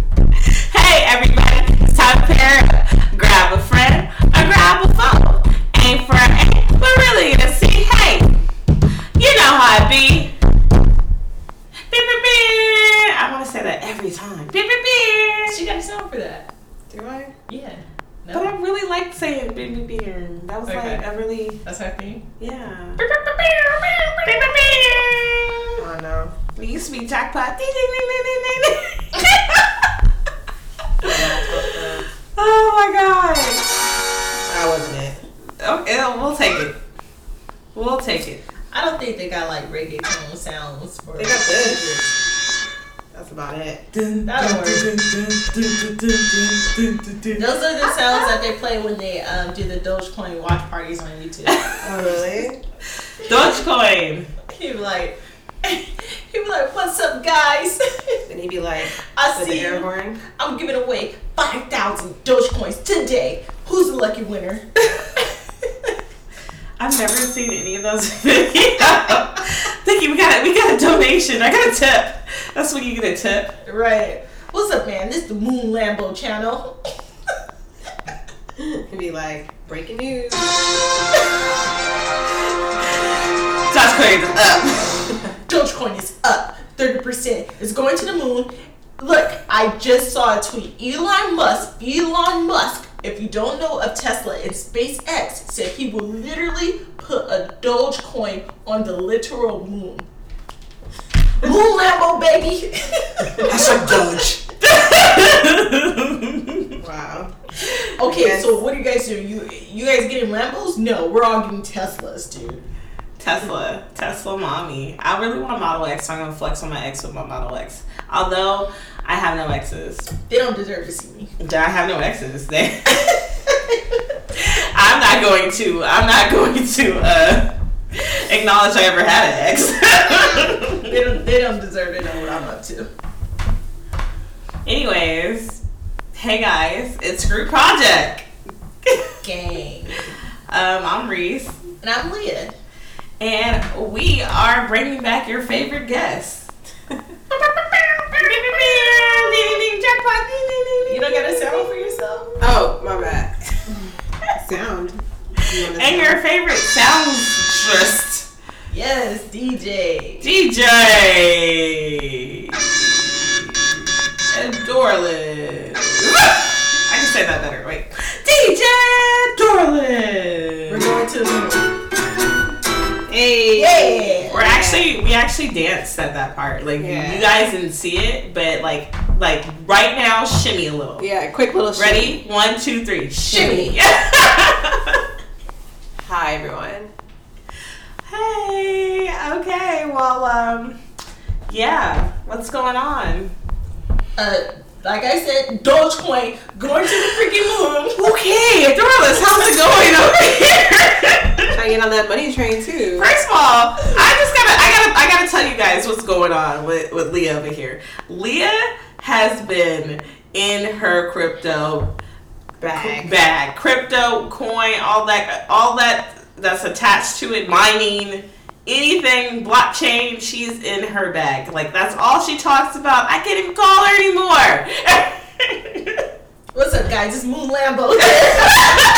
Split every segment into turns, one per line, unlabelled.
She got a song for that.
Do I?
Yeah. No?
But I really liked saying "baby beer." That was
Okay.
like a really
That's her theme.
yeah. I know. We used to be jackpot. oh my god. That wasn't it. Okay, we'll take it. We'll take it.
I don't think they got like reggae tone sounds for
They got this. That's about it.
That'll work. Those are the sounds that they play when they um, do the Dogecoin watch parties on YouTube.
Oh really? Dogecoin.
He'd be like, he'd be like, "What's up, guys?
And he'd be like,
I
with the
see
air
you.
horn.
I'm giving away five thousand Dogecoins today. Who's the lucky winner?"
I've never seen any of those videos. Nikki, we got we got a donation. I got a tip. That's when you get a tip.
right. What's up, man? This is the Moon Lambo channel.
It'd be like breaking news. Josh Quaid is up.
Dogecoin is up 30%. It's going to the moon. Look, I just saw a tweet. Elon Musk, Elon Musk, if you don't know of Tesla and SpaceX, said he will literally put a Dogecoin on the literal moon. Moon Lambo, baby!
That's a Doge. wow.
okay,
Yes.
so what do you guys do? You you guys getting Lambos? No, we're all getting Teslas, dude.
Tesla, Tesla mommy. I really want a Model X, so I'm gonna flex on my ex with my Model X. Although I have no X's.
They don't deserve to see me.
Do I have no X's? Then I'm not going to. I'm not going to uh, acknowledge I ever had an ex.
they, don't, they don't deserve to know what I'm up to.
Anyways, hey guys, it's Screw Project.
Gang.
Um, I'm Reese,
And I'm Leah.
and we are bringing back your favorite guest.
You don't got a sound for yourself?
Oh, my bad.
sound.
And your favorite soundstress,
Yes, DJ.
DJ Dorlin. I can say that better. Wait, DJ
We're
Dorlin.
going to the
Hey,
Yeah.
we're actually we actually danced at that part. Like
Yeah.
you guys didn't see it, but like like right now, shimmy a little.
Yeah, quick little shimmy.
Ready? One, two, three. Shimmy.
Hi everyone.
Hey, okay, well, um, yeah, what's going on?
uh, like I said, Dogecoin going to the freaking moon.
Okay, Dorlis, how's it going over here?
Trying to get on that money train too.
First of all, I just gotta, I gotta, I gotta tell you guys what's going on with, with Leah over here. Leah has been in her crypto
Bag.
bag, crypto, coin, all that, all that that's attached to it, mining, anything, blockchain. She's in her bag. Like that's all she talks about. I can't even call her anymore.
What's up, guys? It's Moon Lambo.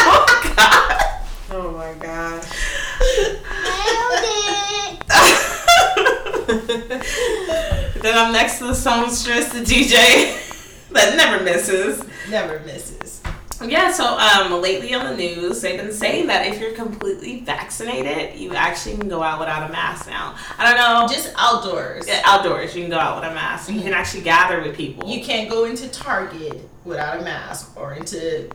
oh God.
Oh my gosh.
then I'm next to the songstress, the DJ that never misses.
Never misses.
Yeah, so um, lately on the news, they've been saying that if you're completely vaccinated, you actually can go out without a mask now. I don't know.
Just outdoors.
Yeah, outdoors, you can go out with a mask. You
Mm-hmm.
can actually gather with people.
You can't go into Target without a mask or into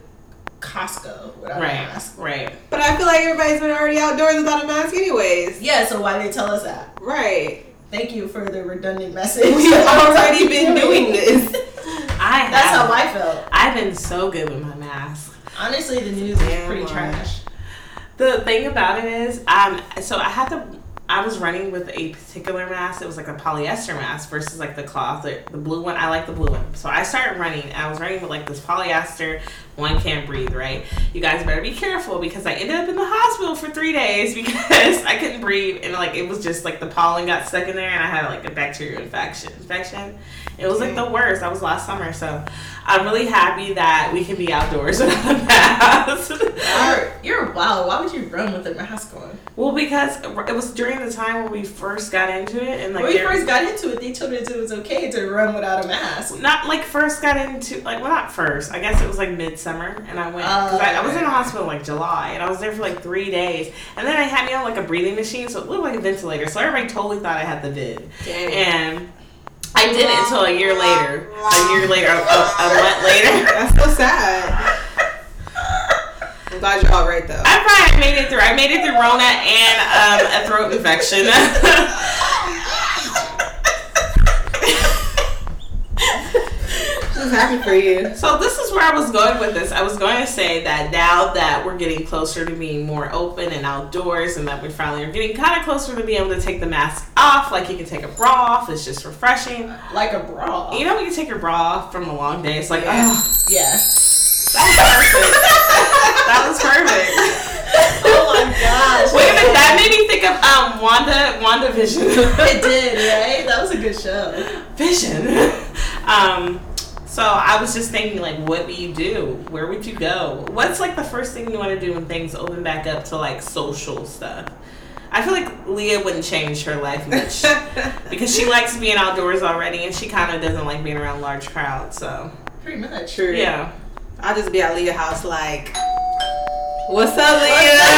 Costco without a
right,
mask.
right.
But I feel like everybody's been already outdoors without a mask anyways.
Yeah, so why they tell us that?
Right.
Thank you for the redundant message.
We've already been doing this.
I
That's
have,
how I felt.
I've been so good with my mask.
Honestly, the news is
Damn
pretty
lie.
trash.
The thing about it is, um, so I had to. I was running with a particular mask. It was like a polyester mask versus like the cloth, the, the blue one. I like the blue one. So I started running. and I was running with like this polyester. One can't breathe, right? You guys better be careful because I ended up in the hospital for three days because I couldn't breathe and like it was just like the pollen got stuck in there and I had like a bacterial infection. Infection. It was like the worst. That was last summer, so I'm really happy that we can be outdoors without a mask.
You're, you're wild. Why would you run with a mask on?
well, because it was during the time when we first got into it, and like
when we
there-
first got into it, they told us it was okay to run without a mask.
not like first got into like well not first I guess it was like midsummer and I went
Oh,
because I, I was in
okay.
a hospital like July and I was there for like three days and then I had me on like a breathing machine so it looked like a ventilator so everybody totally thought I had the vid
Damn.
and I did it until a year later a year later a, a, a month later
That's so sad. I'm glad you're all right though.
I probably made it through I made it through Rona and um, a throat infection
I'm happy for you.
So this is where I was going with this. I was going to say that now that we're getting closer to being more open and outdoors, and that we finally are getting kind of closer to being able to take the mask off, like you can take a bra off. It's just refreshing.
Like a bra.
You know, when you take your bra off from a long day, it's like,
Yeah.
oh,
Yeah.
that was perfect.
Oh my gosh.
Wait a minute, that made me think of um Wanda Wanda Vision.
It did, right? That was a good show.
Vision. um. So I was just thinking, like, what do you do? Where would you go? What's like the first thing you want to do when things open back up to like social stuff? I feel like Leah wouldn't change her life much because she likes being outdoors already, and she kind of doesn't like being around large crowds. So
Pretty much.
True.
yeah,
I'll just be at Leah house like, what's up, Leah?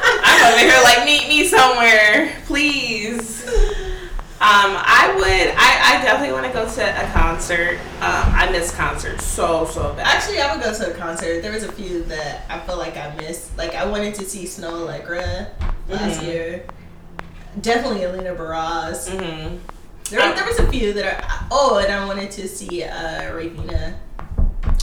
I'm over here like, meet me somewhere, please. Um, I would. I, I definitely want to go to a concert. Um, I miss concerts so so bad.
Actually, I would go to a concert. There was a few that I felt like I missed. Like I wanted to see Snow Allegra last
Mm-hmm.
Mhm.
year. Definitely Elena Barras.
hmm
There, there was a few that are. Oh, and I wanted to see uh, Ravina.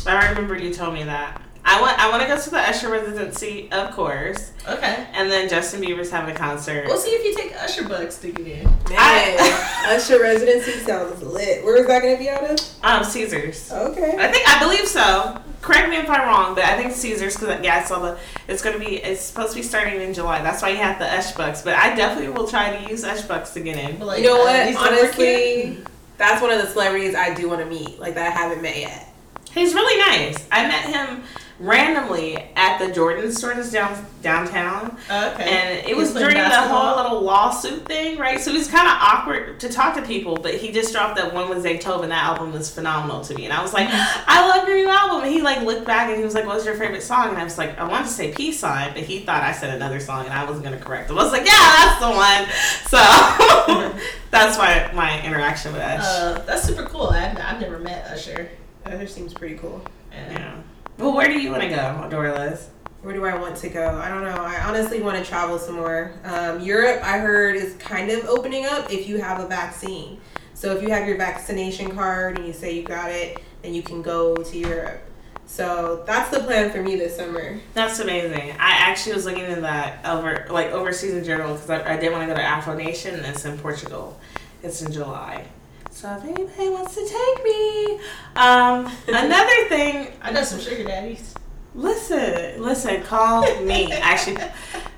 I remember you told me that. I want I want to go to the Usher residency, of course,
Okay.
and then Justin Bieber's having a concert.
We'll see if you take Usher bucks to get in.
I-
Man, Usher residency sounds lit. Where is that gonna be out of?
Um, Caesars.
Okay.
I think I believe so. Correct me if I'm wrong, but I think Caesars because yeah, I saw the. It's gonna be. It's supposed to be starting in July. That's why you have the Ush bucks. But I definitely will try to use Ush bucks to get in.
But, like,
You know
uh,
what?
these don't work here.
Honestly, that's one of the celebrities I do want to meet, like that I haven't met yet.
He's really nice. I met him randomly at the Jordan store that's down downtown.
Okay.
And it
He's
was
playing
during the
basketball.
whole little lawsuit thing, right? So it was kind of awkward to talk to people, but he just dropped that one with Zaytoven. That album was phenomenal to me. And I was like, I love your new album. And he like looked back and he was like, What's your favorite song? And I was like, I wanted to say peace sign, but he thought I said another song and I wasn't going to correct him. I was like, Yeah, that's the one. So that's my, my interaction with Ush.
Uh, that's super cool. I've, I've never met Usher.
Usher seems pretty cool.
Yeah.
yeah. Well, where do you want to go, Dorlas?
Where do I want to go? I don't know. I honestly want to travel some more. Um, Europe, I heard, is kind of opening up if you have a vaccine. So if you have your vaccination card and you say you got it, then you can go to Europe. So that's the plan for me this summer.
That's amazing. I actually was looking at that over like overseas in general because I, I did want to go to Afro Nation and it's in Portugal. It's in July. So if anybody wants to take me, um, another thing.
I know some sugar daddies.
Listen, listen. Call me. Actually,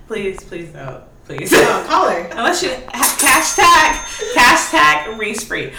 please, please don't, please.
Oh, caller.
Unless you have hashtag hashtag Reese free.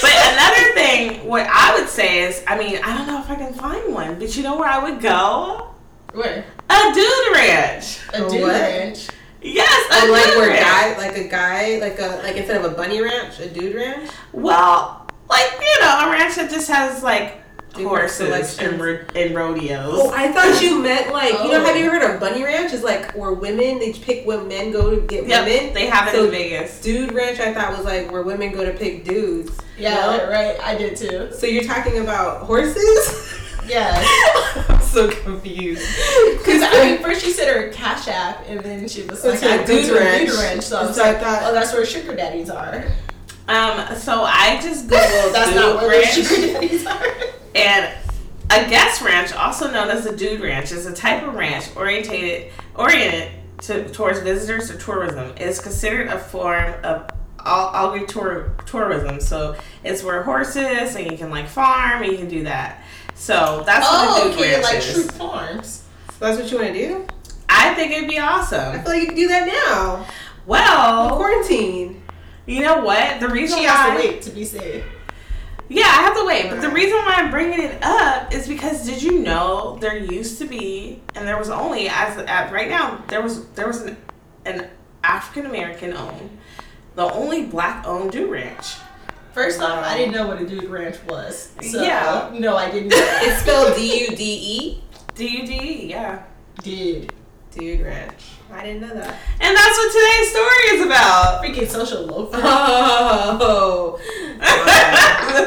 But another thing, what I would say is, I mean, I don't know if I can find one, but you know where I would go?
Where?
A dude ranch.
A
A
dude
what?
ranch.
Yes, a
Oh, like
dude
where
ranch.
guy, like a guy, like a like instead of a bunny ranch, a dude ranch.
Well, like you know, a ranch that just has like
Different
horses
selections.
and, ro- and rodeos.
Oh, I thought you meant like you know.
Oh.
Have you heard of bunny ranch? Is like where women they pick what men go to get
yep,
women.
they have it
So-
in Vegas.
Dude ranch, I thought was like where women go to pick dudes.
Yeah,
No?
right. I did too.
So you're talking about horses?
Yeah.
I'm so confused.
Because I mean, first she said her Cash App, and then she was like,
Okay,
"I do
dude
to a
ranch.
dude ranch." So I was
So I
like,
thought-
"Oh, that's where sugar daddies are."
Um, so I just googled
that's
dude
not where the
ranch,
sugar daddies are.
and a guest ranch, also known as a dude ranch, is a type of ranch orientated oriented to, towards visitors or tourism. It is considered a form of all tour, tourism. So it's where horses and you can like farm and you can do that. So that's what
oh,
a dude
okay,
ranch
like
is.
true farms.
That's what you want to do?
I think it'd be
I
awesome.
feel like you can do that now.
Well,
Oh.
Quarantine.
you know what? The reason
She
why
has to wait to be safe.
Yeah, I have to wait. But the reason why I'm bringing it up is because did you know there used to be, and there was only as at right now there was there was an, an African American owned, the only black owned do ranch.
First off,
Wow.
I didn't know what a dude ranch was. So,
Yeah.
No, I didn't know that.
It's spelled D U D
D U D E, yeah.
dude.
E. Dude Ranch. I didn't know that.
And that's what today's story is about.
Freaking social loafer.
Oh.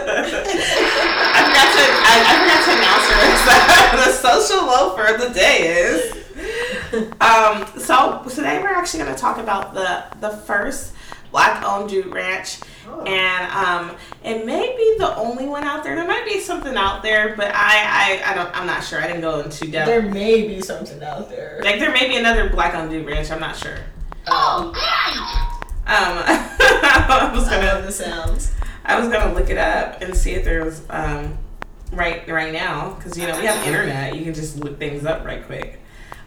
I forgot to I, I forgot to announce the rest of the social loafer of the day is. Um, so today we're actually going to talk about the the first black-owned dude ranch,
Oh.
and um, it may be the only one out there. There might be something out there, but I I, I don't I'm not sure. I didn't go into depth.
There may be something out there.
like there may be another black-owned dude ranch. I'm not sure.
Oh,
Um, I was
I
gonna
love the sounds.
I was gonna look it up and see if there was um, right right now because you know we have internet. You can just look things up right quick.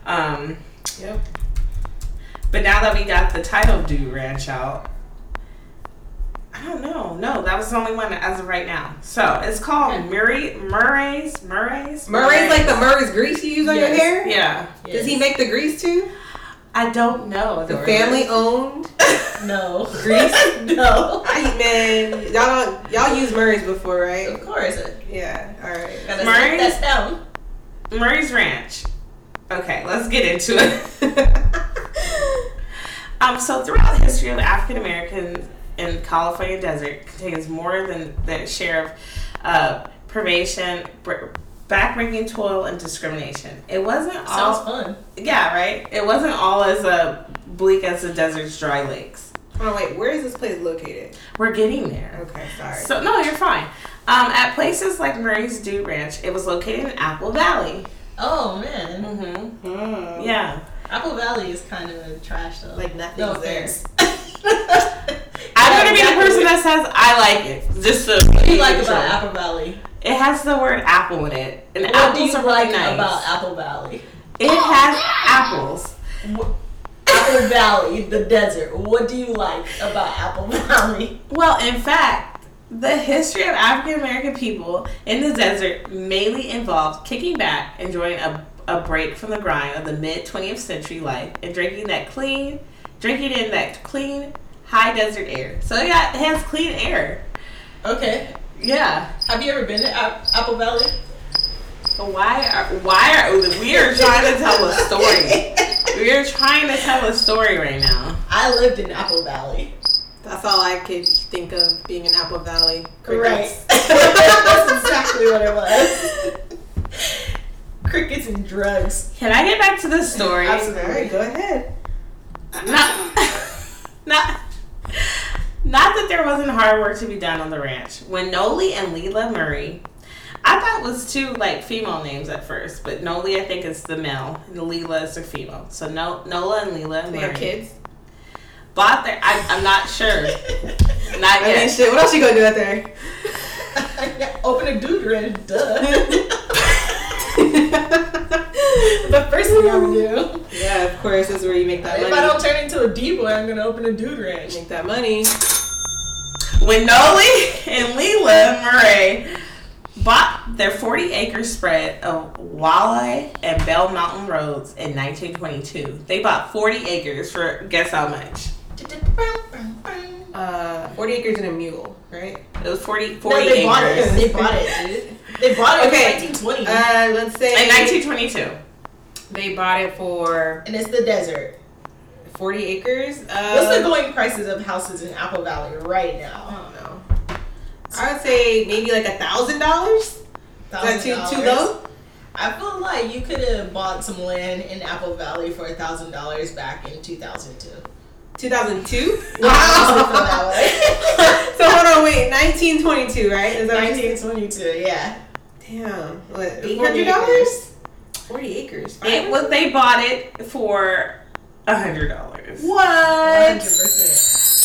Um,
Yep.
but now that we got the title "Do Ranch" out, I don't know. No, that was the only one as of right now. So it's called Murray Murray's Murray's
Murray's like the Murray's grease you use on your
Yes.
hair?
yeah.
Does he make the grease too?
I don't know
The family owned
No.
grease?
no.
I man, y'all don't, y'all used Murray's before, right?
Of course. I
Yeah. All right.
gotta
Murray?
Murray? That's down.
Murray's Ranch. Okay, let's get into it. Um, so throughout the history of African Americans in California desert contains more than the share of uh, privation, br- backbreaking toil, and discrimination. It wasn't all,
Sounds fun.
yeah, right. It wasn't all as uh, bleak as the desert's dry lakes.
Oh wait, where is this place located?
We're getting there.
Okay, sorry.
So no, you're fine. Um, at places like Murray's Dew Ranch, it was located in Apple Valley.
Oh man,
Mm-hmm.
Mm.
Yeah.
Apple Valley is kind of trash though.
Like nothing's
no
there.
offense.
I'm
Yeah,
gonna be the
exactly.
person that says I like it. Just so
What do you like about Apple Valley?
It has the word apple in it. And
What do
apples
you
are really
like
nice.
about Apple Valley?
it has apples.
Wh- Apple Valley, the desert. What do you like about Apple Valley?
Well, in fact, the history of African American people in the desert mainly involved kicking back, enjoying a, a break from the grind of the mid 20th century life, and drinking that clean, drinking in that clean, high desert air. So it, got, it has clean air.
Okay.
Yeah.
Have you ever been to Ap- Apple Valley?
But why are why are we are trying to tell a story? we are trying to tell a story right now.
I lived in Apple Valley.
That's all I could think of being in Apple Valley.
Crickets. That's exactly what it was. Crickets and drugs.
Can I get back to the story?
Absolutely.
All right, go ahead.
not, not, not that there wasn't hard work to be done on the ranch. When Noli and Leela Murray, I thought was two like female names at first, but Noli I think is the male and Leela is the female. So no, Nola and Leela
They
Murray
have kids.
bought their. I, I'm not sure. Not
I mean,
yet.
shit. What else you gonna do out there?
Open a dude ranch, duh. the first thing I'm gonna do.
yeah, of course. That's where you make that
If I
money.
don't turn into a D boy, I'm gonna open a dude ranch.
Make that money.
When Noli and Leela Murray bought their 40 acre spread of Wale and Bell Mountain Roads in 1922, they bought 40 acres for guess how much?
Uh, forty acres and a mule, right?
It was 40, 40
No, they bought
acres.
it. They bought it, dude. They bought it
Okay.
in 1920,
Uh, let's say
In 1922.
they bought it for
and it's the desert.
forty acres. Uh,
What's the going prices of houses in Apple Valley right now?
I don't know. I would say maybe like a thousand dollars. Is that too too
$1,000?
low?
I feel like you could have bought some land in Apple Valley for a thousand dollars back in 2002.
2002.
Wow.
so hold on, wait. 1922, right? Is that what you said?
1922, yeah.
Damn. What?
40
800 dollars? 40 acres.
It was, they bought it for $100.
What?
100%.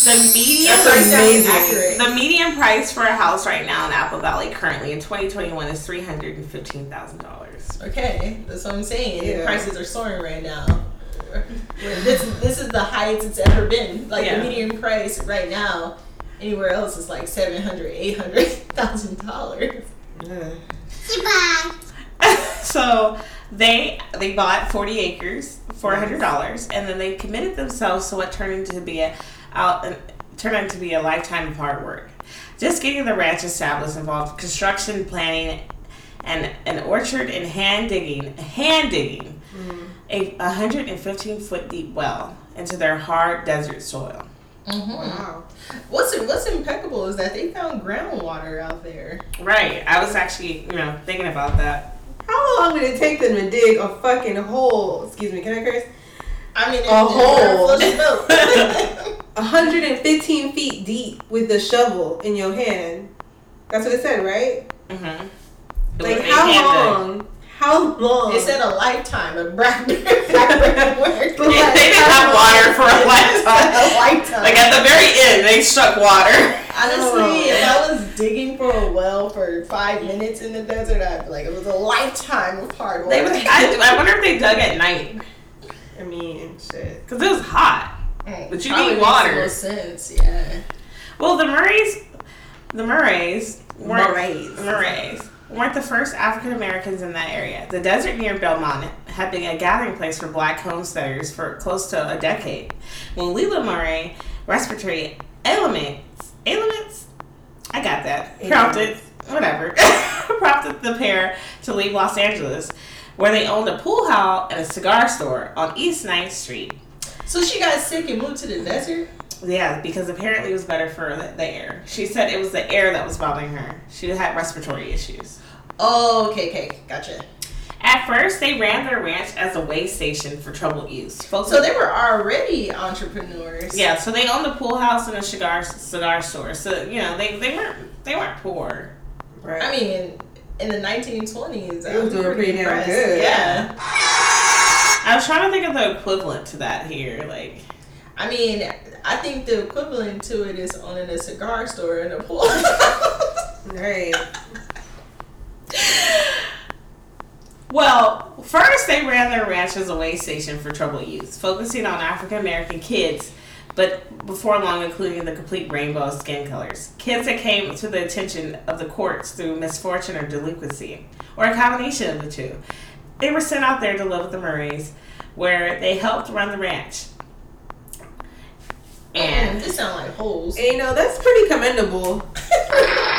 The median
That's
price
amazing.
The median price for a house right now in Apple Valley currently in 2021 is $315,000.
Okay, that's what I'm saying.
Yeah.
Prices are soaring right now. This, this is the highest it's ever been. Like
Yeah.
the median price right now, anywhere else is like 700, 800. thousand dollars.
Ugh.
so they they bought 40 acres for $100 and then they committed themselves to what turned into be a out an, turned out to be a lifetime of hard work just getting the ranch established involved construction planning and an orchard and hand digging hand digging a 115 foot deep well into their hard desert soil
Mm-hmm.
Wow.
What's what's impeccable is that they found groundwater out there.
right i was actually you know thinking about that
How long did it take them to dig a fucking hole? Excuse me, can I curse?
I mean, it-
A hole.
it's hole.
115 feet deep with the shovel in your hand. That's what it said, right?
mm-hmm.
Like how long? How long?
It said a lifetime of Blackberry work.
But
They,
like,
they didn't have water for a
a
lifetime.
lifetime.
Like at the very end, they struck water. Oh.
Honestly, if I was digging for a well for five minutes in the desert, I'd be like, it was a lifetime of hard work.
They was, I, I wonder if they dug at night
I mean, shit.
because it was hot.
Mm,
but you
probably
need
makes
water.
the most sense, yeah.
Well, the Murrays, the Murrays weren't
Murrays.
Murrays weren't the first African Americans in that area. The desert near Belmont had been a gathering place for Black homesteaders for close to a decade. When Lila Murray respiratory ailments ailments, I got that prompted whatever prompted the pair to leave Los Angeles, where they owned a pool hall and a cigar store on East 9th Street.
So she got sick and moved to the desert?
Yeah, because apparently it was better for the, the air. She said it was the air that was bothering her. She had respiratory issues.
Oh, okay, okay, gotcha.
At first, they ran their ranch as a way station for troubled youth. Folks
So they were already entrepreneurs.
yeah, so they owned a pool house and a cigar cigar store. So you know they, they weren't they weren't poor.
Right.
I mean, in the 1920s,
They was
I'm
doing pretty damn
impressed.
good.
Yeah.
I was trying to think of the equivalent to that here. Like
I mean, I think the equivalent to it is owning a cigar store and a pool.
right.
Well, first they ran their ranch as a way station for troubled youth, focusing on African American kids, but before long including the complete rainbow of skin colors. Kids that came to the attention of the courts through misfortune or delinquency, or a combination of the two. They were sent out there to live with the Murrays, where they helped run the ranch.
and
And
this sound like holes.
And, you know, that's pretty commendable.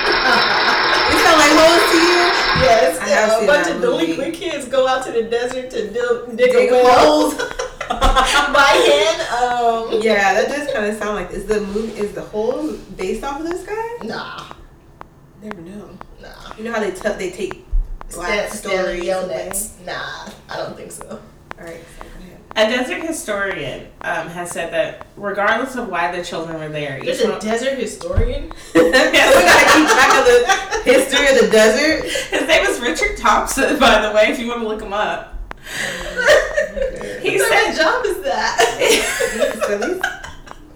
You sound like hoes to you?
yes,
I have
a
seen
bunch
that
of
movie.
delinquent kids go out to the desert to dil- dig,
Dig
a well
holes.
by hand. Um,
Yeah, that does kind of sound like. Is the movie is the whole based off of this guy?
nah,
Never know.
nah.
You know how they tell they take black
Stan, Stanley
stories. away?
Yelnats. Nah, I don't think so.
All right. so go ahead.
a desert historian um, has said that regardless of why the children were there, each
There's a
one-
desert historian.
we gotta keep track of the history of the desert.
His name is Richard Thompson, by the way, if you want to look him up. He
what
said-
kind of job is that?
So at least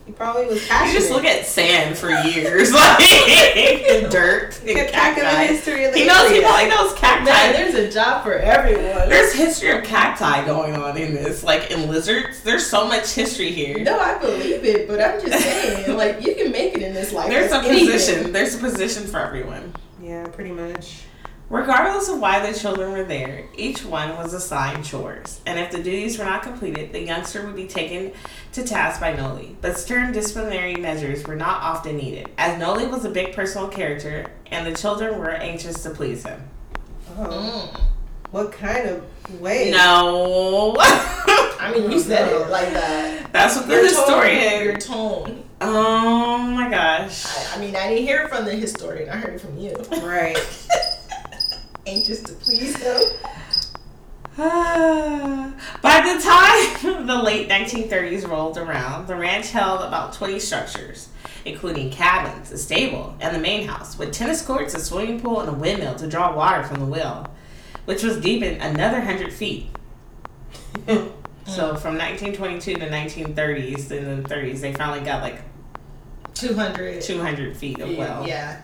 he probably was
You
passionate.
just look at sand for years, like and dirt
He
and
kept track of the
cacti.
history of the
He knows. He
area.
probably knows
Man,
cacti.
there's a job for everyone.
There's history of cacti going on in this, like in lizards. There's so much history here.
No, I believe it, but I'm just saying, like, you can make it in this life.
There's a
It's anything.
position. There's a position for everyone.
Yeah, pretty much.
Regardless of why the children were there, each one was assigned chores, and if the duties were not completed, the youngster would be taken to task by Noli. But stern disciplinary measures were not often needed, as Noli was a big personal character, and the children were anxious to please him.
Oh,
Mm.
what kind of way?
No,
I mean, you said it like that.
that's what the
Your tone, your
historian.
tone.
Oh my gosh.
I, I mean, I didn't hear it from the historian. I heard it from you.
Right.
Anxious to please them.
By the time the late 1930s rolled around, the ranch held about 20 structures, including cabins, a stable, and the main house, with tennis courts, a swimming pool, and a windmill to draw water from the well, which was deepened another 100 feet.
Mm.
So from 1922 to 1930s, in the 30s, they finally got like
Two hundred.
200 feet of well.
Yeah,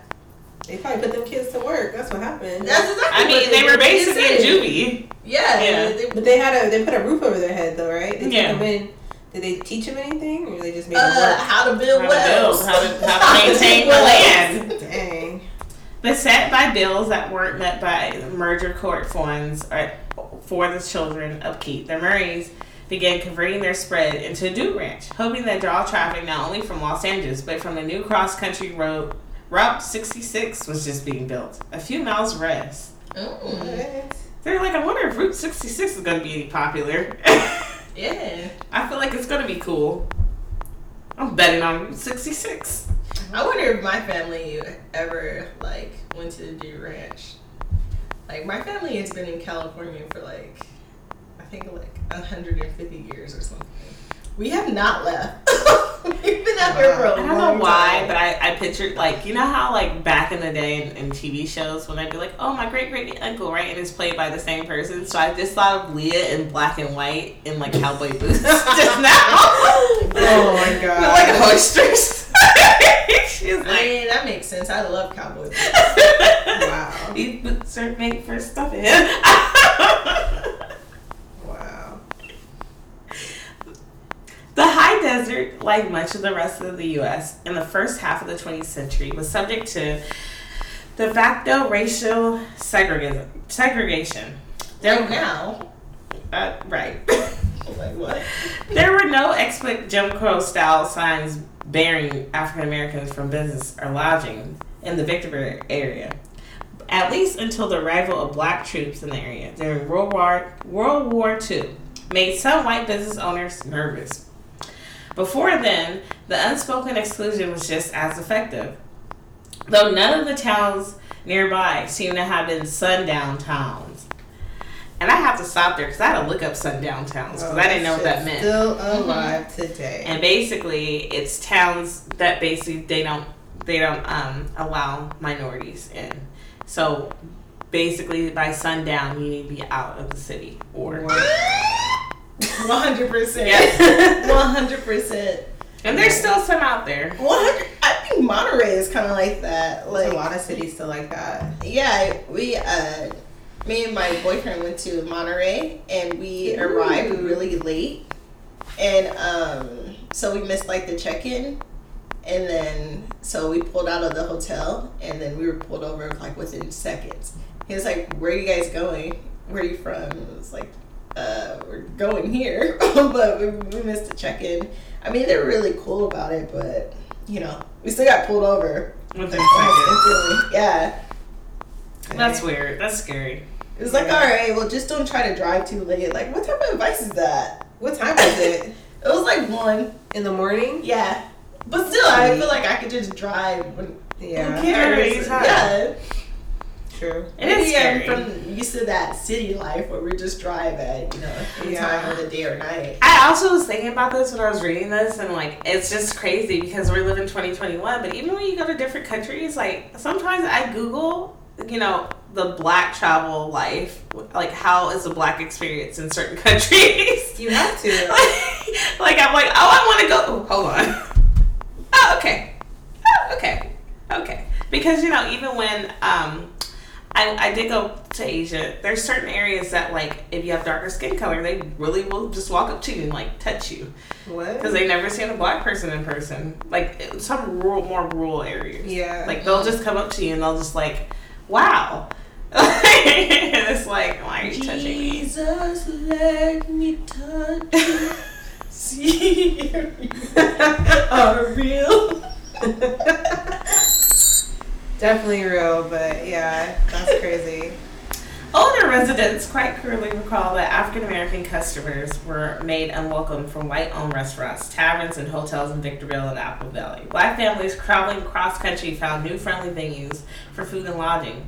They probably put them kids to work. That's what happened.
that's exactly.
I mean,
what
they were
did.
basically in
They said it.
juvie.
Yeah, they-
Yeah.
they-
but they had a they put a roof over their head though, right? They
Yeah.
took them in. Did they teach them anything, or they just made
uh,
them
how to
How
build
to
wells,
build, how to, how to maintain the
wells.
land.
work? Dang.
Beset by bills that weren't met by merger court funds or for the children upkeep, the Murrays began converting their spread into a Duke Ranch, hoping that draw traffic not only from Los Angeles but from the new cross country road Route 66 was just being built, a few miles west.
Ooh,
They're like, I wonder if Route 66 is going to be any popular.
yeah.
I feel like it's going to be cool. I'm betting on Route 66.
I wonder if my family ever like went to the Deer Ranch. Like my family has been in California for like I think like 150 years or something. We have not left. We've been out here for a
I don't know
long
why,
time.
but I, I pictured like you know how like back in the day in, in TV shows when I'd be like, oh my great great uncle, right, and it's played by the same person. So I just thought of Leah in black and white in like cowboy boots just now,
Oh my
With, like
god.
hoisters. She's
I
like,
mean that makes sense. I love cowboy boots.
wow.
these boots are made for stuffing.
Wow.
The high desert, like much of the rest of the U.S. in the first half of the 20th century, was subject to de facto racial segregism, segregation.
They're now.
Uh, right.
Like what?
there were no explicit Jim Crow style signs barring African Americans from business or lodging in the Victorville area, at least until the arrival of black troops in the area during World War, World War II made some white business owners nervous. Before then, the unspoken exclusion was just as effective. Though none of the towns nearby seem to have been sundown towns. And I have to stop there because I had to look up sundown towns because I didn't know what that meant.
Still alive today.
And basically, it's towns that basically they don't they don't um, allow minorities in. So basically, by sundown, you need to be out of the city or.
100%.
Yeah.
100%.
and there's still some out there.
100 I think Monterey is kind of like that.
There's
Like
a lot of cities still like that.
Yeah, we uh me and my boyfriend went to Monterey and we arrived really late. And um so we missed like the check-in and then so we pulled out of the hotel and then we were pulled over like within seconds. He was like, "Where are you guys going? Where are you from?" And it was like, "Uh, we're going here, but we, we missed the check-in." I mean, they're really cool about it, but you know, we still got pulled over.
With
Like, almost instantly. Yeah.
That's weird. That's scary.
It was like,
Yeah.
all right, well, just don't try to drive too late. Like, what type of advice is that?
What time is it?
It was like one,
In the morning?
yeah. But still, I feel like I could just drive. When, Who
Yeah.
cares?
Everybody's hot.
Yeah.
True.
It is
Maybe I'm
scary.
from used to that city life where we just drive at you know any
Yeah.
time of the day or night.
I also was thinking about this when I was reading this, and like, it's just crazy because we're living 2021. But even when you go to different countries, like, sometimes I Google, you know, the black travel life, like, how is the black experience in certain countries?
You have to.
like, like, I'm like, oh, I want to go. Oh, hold on. Oh, okay. Oh, okay. Okay. Because, you know, even when, um, I, I did go to Asia. There's certain areas that, like, if you have darker skin color, they really will just walk up to you and, like, touch you. Because
What?
they've never seen a black person in person. Like, it- some rural, more rural areas.
Yeah.
Like, they'll just come up to you and they'll just, like, wow. and it's like, why are you touching me?
Jesus, let me touch. you. See, if you are real.
Definitely real, but yeah, that's crazy.
Older residents quite clearly recall that African American customers were made unwelcome from white owned restaurants, taverns, and hotels in Victorville and Apple Valley. Black families traveling cross country found new friendly venues for food and lodging.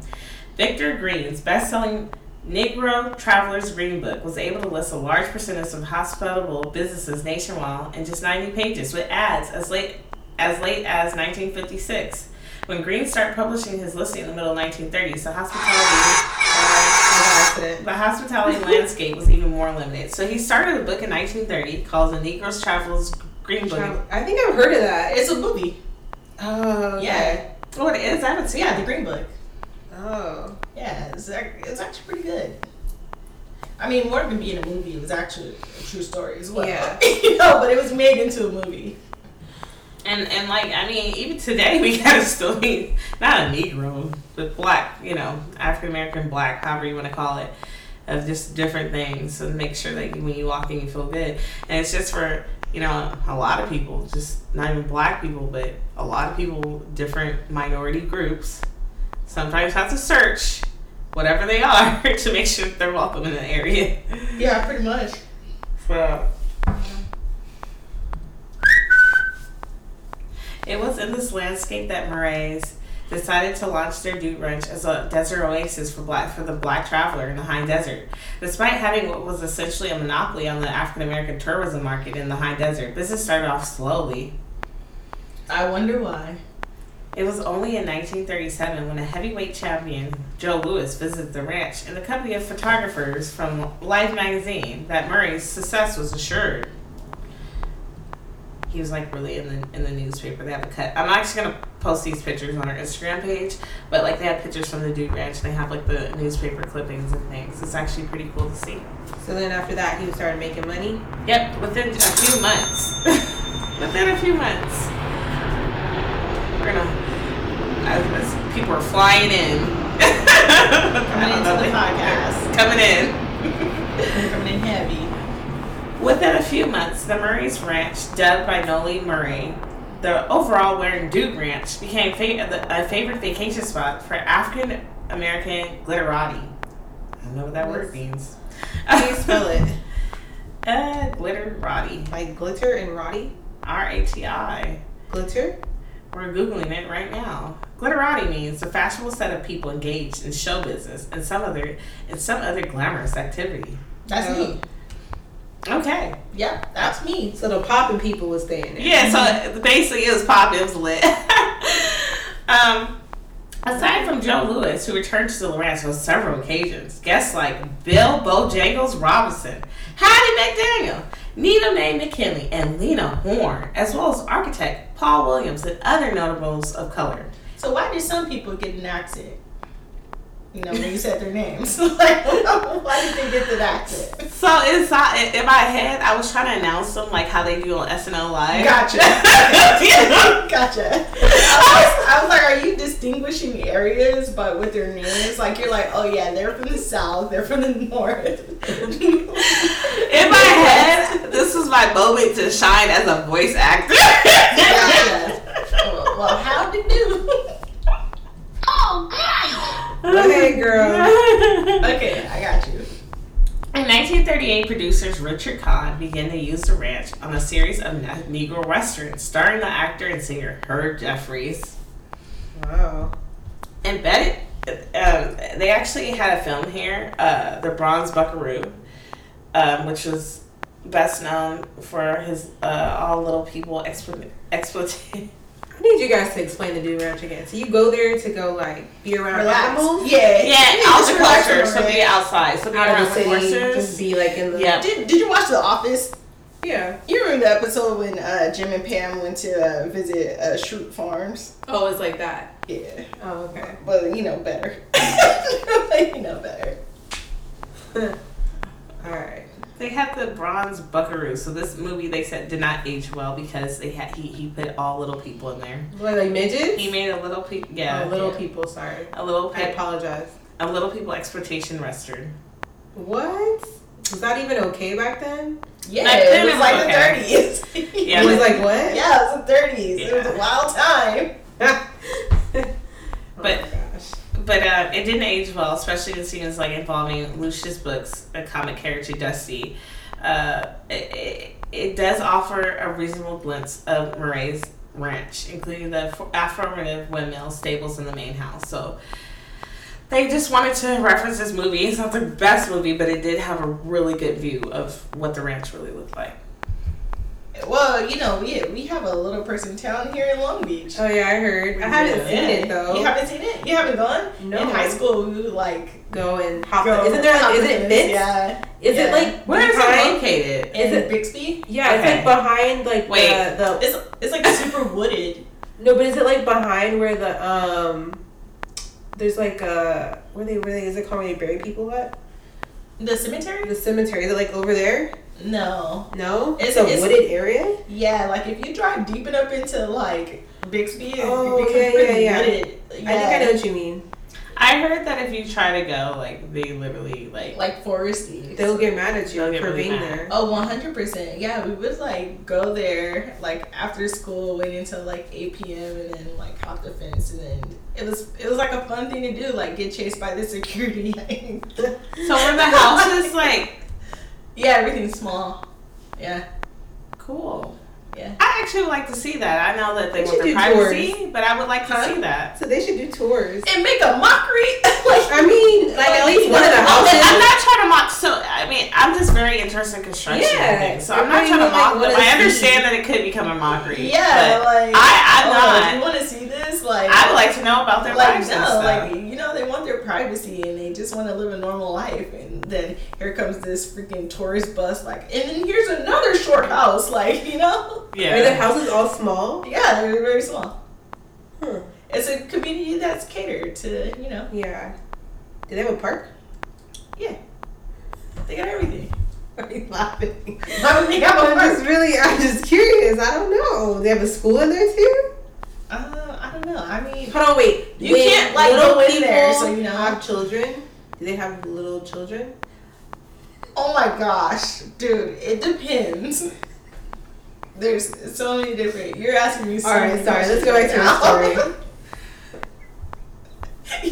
Victor Green's best selling Negro Traveler's Green Book was able to list a large percentage of hospitable businesses nationwide in just 90 pages with ads as late as late as 1956. When Green started publishing his listing in the middle of 1930s, the hospitality
Uh, an accident.
the hospitality landscape was even more limited. So he started a book in 1930 called The Negro's Travels Green Book.
Travel- I think I've heard of that.
It's a movie.
Oh,
Yeah,
okay.
Oh, it is? I haven't seen
yeah,
yeah.
the Green Book.
Oh.
Yeah, it's, ac- it's actually pretty good. I mean, more than being a movie, it was actually a true story as well.
Yeah.
you know, but it was made into a movie.
And and like I mean, even today we gotta still be not a Negro, but black, you know, African American black, however you wanna call it, of just different things. So make sure that you, when you walk in you feel good. And it's just for, you know, a lot of people, just not even black people, but a lot of people, different minority groups, sometimes have to search whatever they are to make sure that they're welcome in the area.
Yeah, pretty much.
So. It was in this landscape that Marais decided to launch their dude ranch as a desert oasis for black for the black traveler in the high desert. Despite having what was essentially a monopoly on the African American tourism market in the high desert, business started off slowly.
I wonder why.
It was only in 1937 when a heavyweight champion, Joe Lewis, visited the ranch in the company of photographers from Life magazine that Murray's success was assured. He was like really in the in the newspaper. They have a cut. I'm actually gonna post these pictures on our Instagram page, but like they have pictures from the Dude Ranch. and They have like the newspaper clippings and things. It's actually pretty cool to see.
So then after that, he started making money.
Yep, within a few months. within a few months. We're gonna. As, as people are flying in.
Coming
Coming
into the podcast.
Coming in.
Coming in heavy.
Within a few months, the Murray's Ranch, dubbed by Noli Murray, the overall wearing Duke Ranch, became fa- the, a favorite vacation spot for African American glitterati. I don't know what that word means.
How do you spell it?
Uh, glitterati.
Like glitter and Roddy?
R A T I.
Glitter?
We're Googling it right now. Glitterati means the fashionable set of people engaged in show business and some other and some other glamorous activity.
That's
Oh.
me.
Okay.
Yep, that's me.
So the popping people was staying there.
Yeah, so basically it was pop, it was lit. um, aside from Joe Lewis, who returned to the ranch on several occasions, guests like Bill Bojangles Robinson, Hattie McDaniel, Nina Mae McKinley, and Lena Horne, as well as architect Paul Williams and other notables of color.
So why do some people get an accent? You know, when you said their names. like, why did they get that accent?
So inside in my head, I was trying to announce them like how they do on SNL Live.
Gotcha.
Yeah.
Gotcha. I was, I was like, are you distinguishing areas but with their names? Like you're like, oh yeah, they're from the south, they're from the north.
In my head, this was my moment to shine as a voice actor.
Gotcha. well, how to do?
Okay, girl.
Okay, I got you.
In 1938, producers Richard Kahn began to use the ranch on a series of ne- Negro westerns starring the actor and singer Herb Jeffries.
Wow.
And Betty, um, they actually had a film here, uh, The Bronze Buckaroo, um, which was best known for his uh, All Little People expl- exploitation.
I need you guys to explain the dude ranch again. So you go there to go like be around animals?
Yeah.
Yeah,
just relax
agriculture.
for a
Somebody
minute.
outside. Somebody
Out
around
of the
the
city, just
horses.
be like in the
Yeah.
Did, did you watch The Office?
yeah.
You remember the episode when uh, Jim and Pam went to uh, visit uh, Shroot Farms?
Oh, it's like that.
Yeah.
Oh, okay.
Well, you know better. you know better.
All right.
They had the Bronze Buckaroo. So this movie, they said, did not age well because they had he, he put all little people in there.
What, like midgets?
He made a little people. Yeah,
oh, little
yeah.
people. Sorry.
A little
I
pe-
apologize.
a little people exploitation western.
What? Was that even okay back then?
Yeah,
Like,
it was
then
like
it's
the 30s.
Yeah,
it was
but-
like what?
Yeah, it was the 30s. It was
Yeah.
a wild time.
oh
But-
my gosh.
But uh, it didn't age well, especially the scenes like involving Lucius Books, a comic character Dusty. Uh, it, it, it does offer a reasonable glimpse of Murray's ranch, including the affirmative windmill stables in the main house. So they just wanted to reference this movie. It's not the best movie, but it did have a really good view of what the ranch really looked like.
Well, you know, we, we have a little person town here in Long Beach.
Oh yeah, I heard. I haven't
Yeah.
seen it though.
You haven't seen it? You haven't gone?
No.
In high school, we would like
go and hop.
go.
Isn't there? Like, is
Yeah.
it Vince? Is
Yeah.
it like
Where is it
behind?
located?
Is it
Is it-
Bixby?
Yeah,
Okay.
it's like behind like
Wait.
the, the
It's it's like super wooded.
no, but is it like behind where the um there's like a where they where they is it called where they bury people at
The cemetery?
the cemetery? Is it like over there?
No.
No,
It's-
it's, a
it's-
wooded area.
Yeah, like if you drive deep enough into like Bixby, it
Oh,
becomes
yeah,
pretty
yeah, yeah.
wooded.
I think I know
Yeah,
what you mean.
I heard that if you try to go, like they literally like,
Like foresty.
They'll get mad at you
They'll get
for
really
being
mad.
there.
Oh, 100%. Yeah, we would like go there like after school, wait until like 8 p.m. and then like hop the fence and then it was it was like a fun thing to do, like get chased by the security.
so when the house is like
yeah, everything's small. Yeah.
cool.
Yeah.
I actually would like to see that. I know that they
We
want
should
their
do tours.
privacy, but I would like to
Huh?
see that.
So they should do tours.
And make a mockery. like,
I mean, like at least one of the
Well,
Well, I'm
houses.
not trying to mock. So I mean, I'm just very interested in construction.
Yeah,
and things, so
you're
I'm not
not
trying to
even, like,
mock them.
wanna
I
see.
understand that it could become a mockery.
yeah,
but
like oh,
I- I'm not.
You want to see this? Like,
I would like to know about their
like
lives and
no,
stuff.
like you know they want their privacy and they just want to live a normal life. And then here comes this freaking tourist bus, like, and then here's another short house, like you know,
yeah.
Are the houses all small?
yeah, they're very small.
Huh.
It's a community that's catered to you know,
Yeah. Do they have a park?
they got everything.
Are you laughing?
I don't think I have a
I'm just really, I'm just curious. I don't know. They have a school in there too.
Uh, I don't know. I mean,
Hold on, wait.
You can't, like,
little
go in there,
people
so you know.
have children. Do they have little children?
oh my gosh, dude, it depends. There's so many different. You're asking me. So
All right,
many
sorry. Let's go back
questions
to the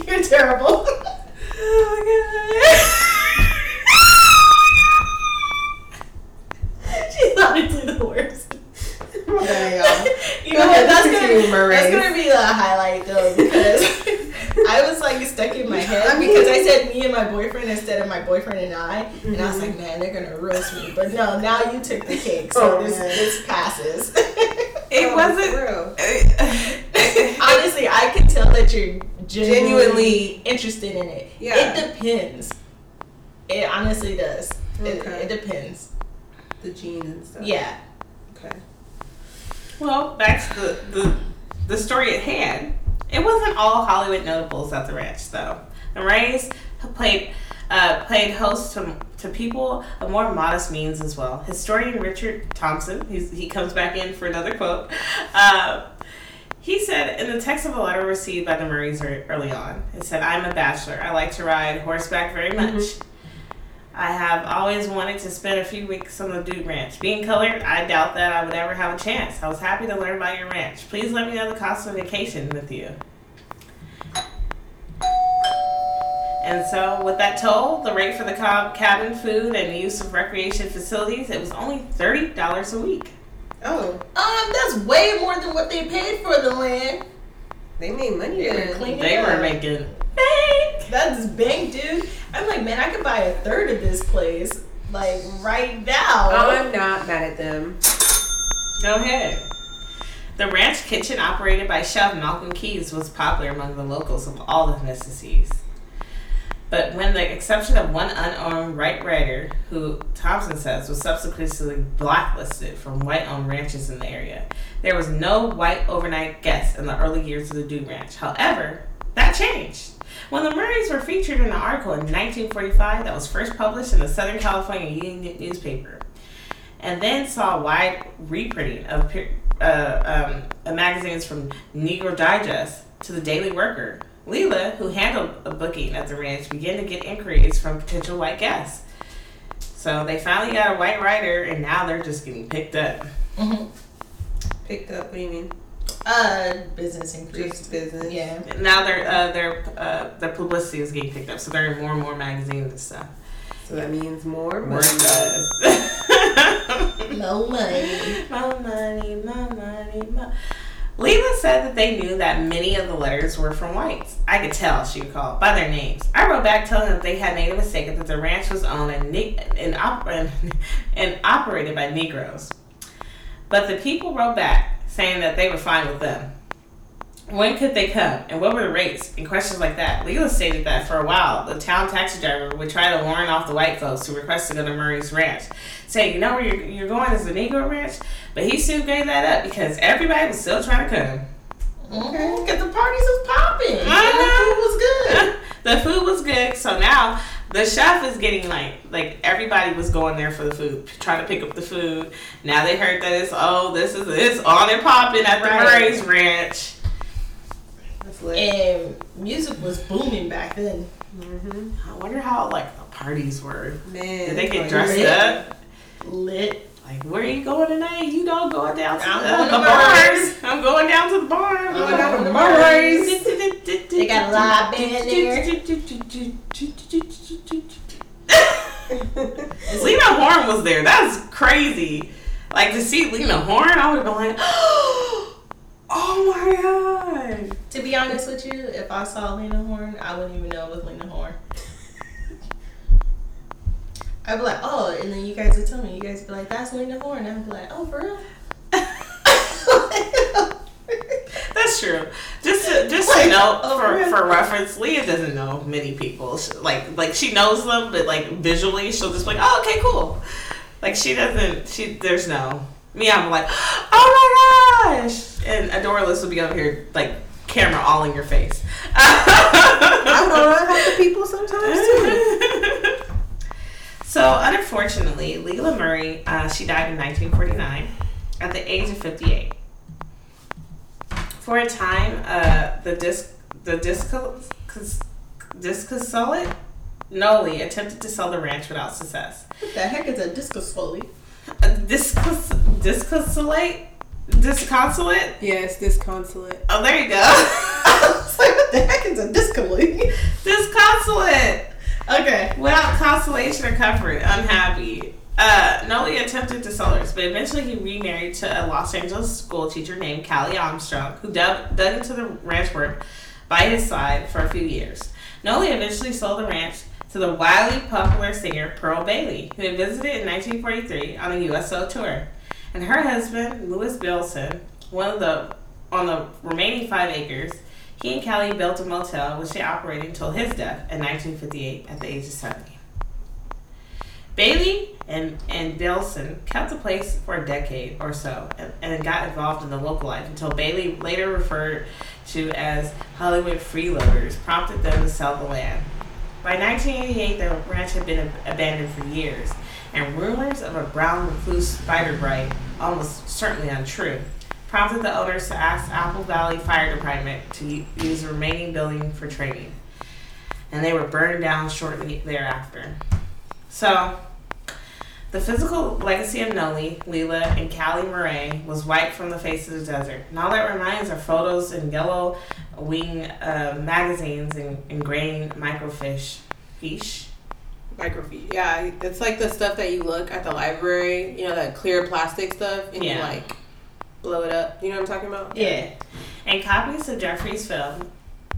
now.
story.
You're terrible. Oh She's honestly the worst.
Okay, y'all.
you know what?
ahead,
That's gonna,
continue,
that's
Marais.
gonna be the highlight though because I was like stuck in my head
I mean-
because I said me and my boyfriend instead of my boyfriend and I, and I
Mm-hmm.
was like, man, they're gonna roast me. But no, now you took the cake, so
Oh,
this
man.
this passes.
it
Oh,
wasn't.
for real.
Honestly, I can tell that you're genuinely
genuinely.
interested in it.
Yeah.
It depends. It honestly does. It,
Okay.
it depends.
The gene and stuff.
Yeah.
Okay.
well, back to the, the the story at hand. It wasn't all Hollywood notables at the ranch, though. The Rays played uh, played host to, to people of more modest means as well. Historian Richard Thompson, he's, he comes back in for another quote. Uh, He said in the text of a letter received by the Marines ear- early on, it said, I'm a bachelor. I like to ride horseback very much. I have always wanted to spend a few weeks on the Dude Ranch. Being colored, I doubt that I would ever have a chance. I was happy to learn about your ranch. Please let me know the cost of vacation with you. And so, with that toll, the rate for the cob cabin food and the use of recreation facilities, it was only $30 a week.
Oh,
Um, that's way more than what they paid for the land.
they made money.
They were
then.
cleaning
They were
up.
making bank.
That's bank, dude. I'm like, man, I could buy a third of this place, like right now.
Oh, I'm not mad at them.
Go ahead. The ranch kitchen operated by Chef Malcolm Keys was popular among the locals of all ethnicities. But when the exception of one unarmed right rider, who Thompson says was subsequently blacklisted from white owned ranches in the area, there was no white overnight guest in the early years of the Dew Ranch. However, that changed. When the Murrays were featured in an article in 1945 that was first published in the Southern California Union newspaper, and then saw wide reprinting of pe- uh, um, magazines from Negro Digest to the Daily Worker. Leela, who handled a booking at the ranch, began to get inquiries from potential white guests. So they finally got a white writer, and now they're just getting picked up.
Mm-hmm.
Picked up. What do you mean?
Uh, business increase.
Just business.
Yeah.
Now their uh, their uh, their publicity is getting picked up, so they're in more and more magazines and stuff.
So that means more
More
money.
does.
No money.
My money, my money, my. Leela said that they knew that many of the letters were from whites. I could tell, she recalled, by their names. I wrote back telling them they had made a mistake and that the ranch was owned and, ne- and, op- and, and operated by Negroes. But the people wrote back saying that they were fine with them. When could they come and what were the rates and questions like that? Leela stated that for a while, the town taxi driver would try to warn off the white folks who requested to go to Murray's ranch, saying, You know where you're, you're going is the Negro ranch? But he soon gave that up because everybody was still trying to come.
Okay. Cause the parties was popping. And the
Uh-huh.
food was good.
the food was good. So now the chef is getting like like everybody was going there for the food, trying to pick up the food. Now they heard that it's oh this is it's on and popping at the
Right.
Murray's Ranch.
That's lit.
And music was booming back then.
Mm-hmm.
I wonder how like the parties were.
Man, Oh,
Did they get
like,
dressed
lit.
up?
Lit.
Like where are you going tonight? You don't going down to
I'm
the,
going to
the
Murray's.
bars. I'm going down to the bar. I'm
Going down to
Murray's.
They
got a live band
Lena Horne was there. That's crazy. Like to see Lena Horne, I would have been like, oh my god.
To be honest with you, if I saw Lena Horne, I wouldn't even know it was Lena Horne. I'd be like, oh, and then you guys would tell me. You guys would be like, that's Lena Horne. I'd be like, oh, for real?
That's true. Just to, just to
Wait,
note
oh,
for,
really?
for reference, Leah doesn't know many people. She, like like she knows them, but like visually, she'll just be like, oh okay, cool. Like she doesn't. She there's no me. I'm like, oh my gosh, and Adoralus will be over here like camera all in your face.
I don't know. I help the people sometimes
Mm-hmm.
too.
so unfortunately, Leela Murray, uh, she died in 1949 at the age of 58. For a time, uh, the disc the disco cons- disconsolate Noli attempted to sell the ranch without success.
What the heck is a disco slowly?
Uh, discons- disconsolate disconsolate.
Yes, disconsolate.
Oh, there you go.
It's like, what the heck is a disco lady?
disconsolate.
Okay.
Without consolation or comfort, unhappy. Uh, Noli attempted to sell hers, but eventually he remarried to a Los Angeles school teacher named Callie Armstrong, who dug, dug into the ranch work by his side for a few years. Noli eventually sold the ranch to the wildly popular singer Pearl Bailey, who had visited in 1943 on a USO tour, and her husband Louis Billson, one of the on the remaining five acres. He and Callie built a motel, which they operated until his death in 1958 at the age of 70. Bailey and, and Billson kept the place for a decade or so and, and got involved in the local life until Bailey, later referred to as Hollywood freeloaders, prompted them to sell the land. By 1988, the ranch had been ab- abandoned for years, and rumors of a brown recluse spider bite, almost certainly untrue, prompted the owners to ask Apple Valley Fire Department to u- use the remaining building for training. And they were burned down shortly thereafter. So, the physical legacy of Noli, Leela, and Callie Murray was wiped from the face of the desert. And all that remains are photos in yellow wing uh, magazines and ingrained microfiche. Fish.
Microfiche. Yeah, it's like the stuff that you look at the library. You know that clear plastic stuff, and you
Yeah.
like blow it up. You know what I'm talking about?
Yeah.
and copies of Jeffrey's film,